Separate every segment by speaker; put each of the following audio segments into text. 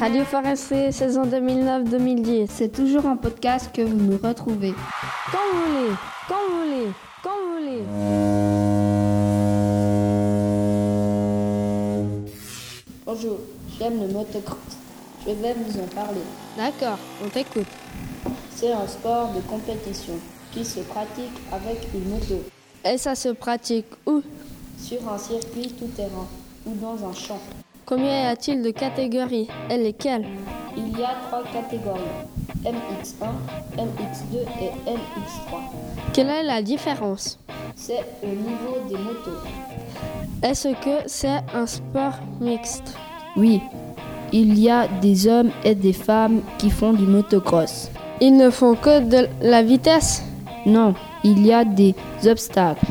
Speaker 1: Radio Forestier, saison 2009-2010.
Speaker 2: C'est toujours en podcast que vous nous retrouvez.
Speaker 1: Quand vous voulez, quand vous voulez, quand vous voulez.
Speaker 2: Bonjour, j'aime le motocross. Je vais vous en parler.
Speaker 1: D'accord, on t'écoute.
Speaker 2: C'est un sport de compétition qui se pratique avec une moto,
Speaker 1: Et ça se pratique où
Speaker 2: sur un circuit tout-terrain ou dans un champ.
Speaker 1: Combien y a-t-il de catégories Et lesquelles
Speaker 2: Il y a trois catégories, MX1, MX2 et MX3.
Speaker 1: Quelle est la différence
Speaker 2: C'est au niveau des motos.
Speaker 1: Est-ce que c'est un sport mixte
Speaker 2: Oui, il y a des hommes et des femmes qui font du motocross.
Speaker 1: Ils ne font que de la vitesse
Speaker 2: Non, il y a des obstacles.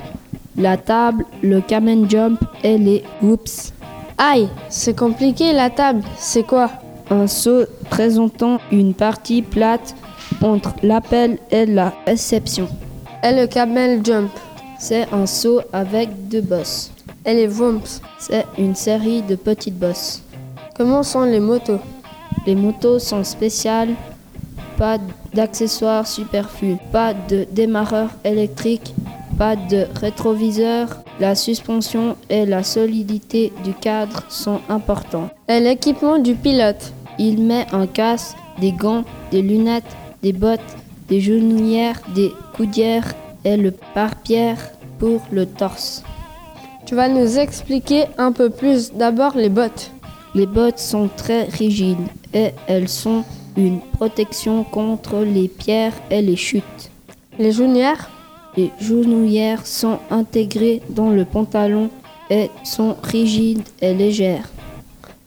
Speaker 2: La table, le kamen jump et les whoops.
Speaker 1: Aïe, c'est compliqué la table, c'est quoi
Speaker 2: Un saut présentant une partie plate entre l'appel et la réception.
Speaker 1: Et le camel jump
Speaker 2: C'est un saut avec deux bosses.
Speaker 1: Et les vumps
Speaker 2: C'est une série de petites bosses.
Speaker 1: Comment sont les motos
Speaker 2: Les motos sont spéciales, pas d'accessoires superflus, pas de démarreur électrique, pas de rétroviseur. La suspension et la solidité du cadre sont importants.
Speaker 1: Et l'équipement du pilote
Speaker 2: Il met un casque, des gants, des lunettes, des bottes, des genouillères, des coudières et le pare-pierre pour le torse.
Speaker 1: Tu vas nous expliquer un peu plus d'abord les bottes.
Speaker 2: Les bottes sont très rigides et elles sont une protection contre les pierres et les chutes.
Speaker 1: Les juniors
Speaker 2: Les genouillères sont intégrées dans le pantalon et sont rigides et légères.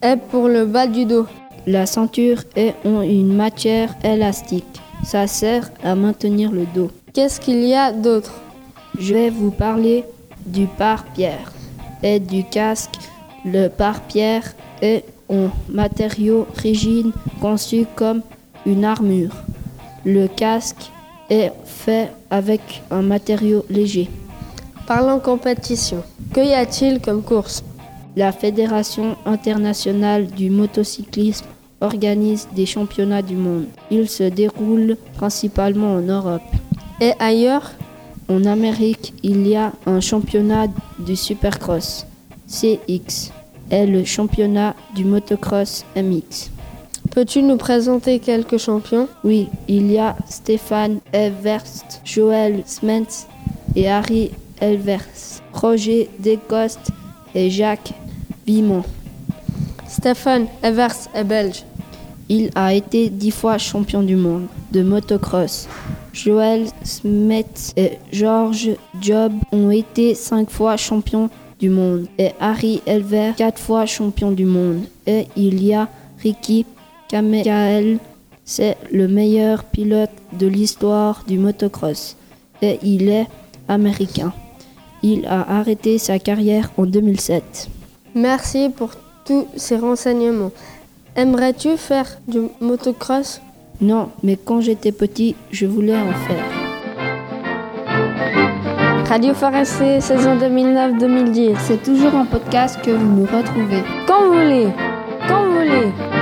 Speaker 1: Et pour le bas du dos
Speaker 2: La ceinture est en une matière élastique. Ça sert à maintenir le dos.
Speaker 1: Qu'est-ce qu'il y a d'autre
Speaker 2: Je vais vous parler du pare-pierre et du casque. Le pare-pierre est en matériau rigide conçu comme une armure. Le casque est fait avec un matériau léger.
Speaker 1: Parlons compétition. Que y a-t-il comme course
Speaker 2: La Fédération internationale du motocyclisme organise des championnats du monde. Ils se déroulent principalement en Europe.
Speaker 1: Et ailleurs
Speaker 2: En Amérique, il y a un championnat du Supercross CX et le championnat du motocross MX.
Speaker 1: Peux-tu nous présenter quelques champions
Speaker 2: Oui, il y a Stéphane Elverst, Joël Smets et Harry Elverst, Roger Descostes et Jacques Vimont.
Speaker 1: Stéphane Evers est belge.
Speaker 2: Il a été dix fois champion du monde de motocross. Joël Smet et George Job ont été cinq fois champions du monde et Harry Elver quatre fois champion du monde. Et il y a Ricky Kamekael, c'est le meilleur pilote de l'histoire du motocross et il est américain. Il a arrêté sa carrière en 2007.
Speaker 1: Merci pour tous ces renseignements. Aimerais-tu faire du motocross
Speaker 2: Non, mais quand j'étais petit, je voulais en faire.
Speaker 1: Radio Forestier, saison 2009-2010.
Speaker 3: C'est toujours en podcast que vous nous retrouvez.
Speaker 1: Quand vous voulez, quand vous voulez.